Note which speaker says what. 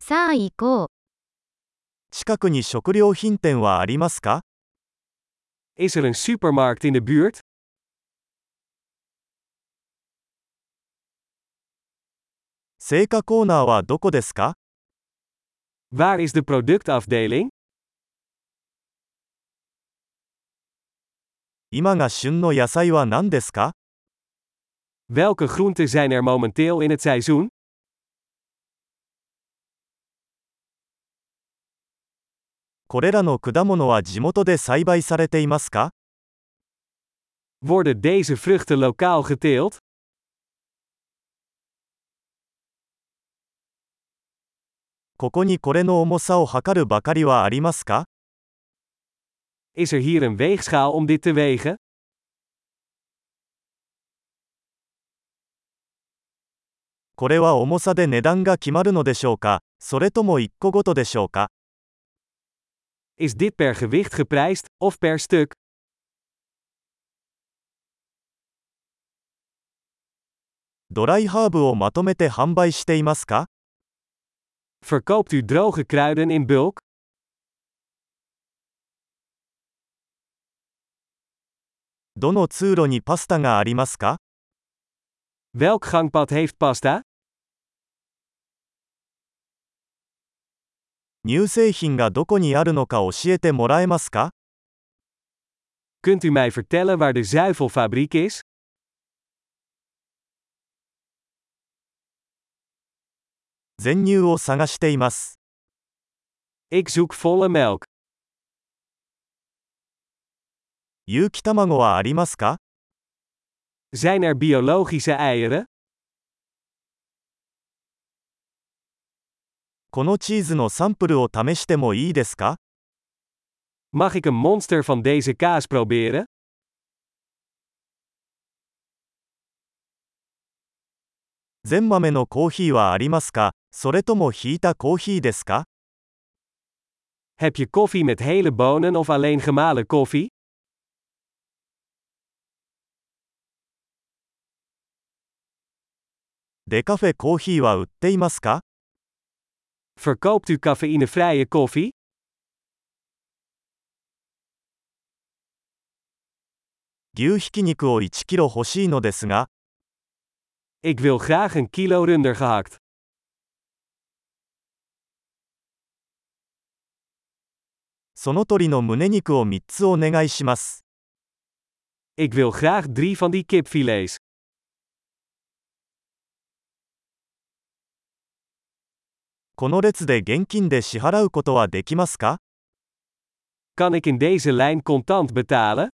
Speaker 1: さあ行こう。
Speaker 2: 近くに食料品店はありますか
Speaker 3: Is er een supermarkt in de buurt?
Speaker 2: 青果コーナーはどこですか
Speaker 3: Waar is de productafdeling?
Speaker 2: 今が旬の野菜は何ですか
Speaker 3: Welke groenten zijn er momenteel in het seizoen?
Speaker 2: これらの果物は地元で栽培されていますか
Speaker 3: Worden deze vruchten lokaal geteeld?
Speaker 2: ここにこれの重さを測るばかりはありますか
Speaker 3: Is er hier een weegschaal om dit te wegen?
Speaker 2: これは重さで値段が決まるのでしょうかそれとも1個ごとでしょうか
Speaker 3: Is dit per gewicht geprijsd of per stuk?
Speaker 2: ドライハーブをまとめて販売していますか
Speaker 3: Verkoopt u droge kruiden in bulk?
Speaker 2: どの通路にパスタがありますか
Speaker 3: Welk gangpad heeft pasta?
Speaker 2: 乳製品がどこにあるのか教えてもらえますか
Speaker 3: Kunt u mij vertellen waar de zuivelfabriek is?
Speaker 2: 全乳を探しています。
Speaker 3: Ik zoek volle melk.
Speaker 2: 有機卵はありますか
Speaker 3: Zijn er biologische eieren?
Speaker 2: このチーズのサンプルを試してもいいですか
Speaker 3: Mag ik een monster van deze kaas proberen?
Speaker 2: 全豆のコーヒーはありますかそれともひいたコーヒーですか
Speaker 3: Heb je koffie met hele bonen of alleen gemalen koffie?
Speaker 2: d デカフェコーヒーは売っていますか
Speaker 3: Verkoopt u cafeïnevrije koffie?
Speaker 2: 牛ひき肉を1キロ欲しいのですが、
Speaker 3: Ik wil graag een kilo runder gehakt.
Speaker 2: その鳥の胸肉を3つお願いします。
Speaker 3: Ik wil graag drie van die kipfilets.
Speaker 2: この列で現金で支払うことはできますか
Speaker 3: Kan ik in deze lijn contant betalen?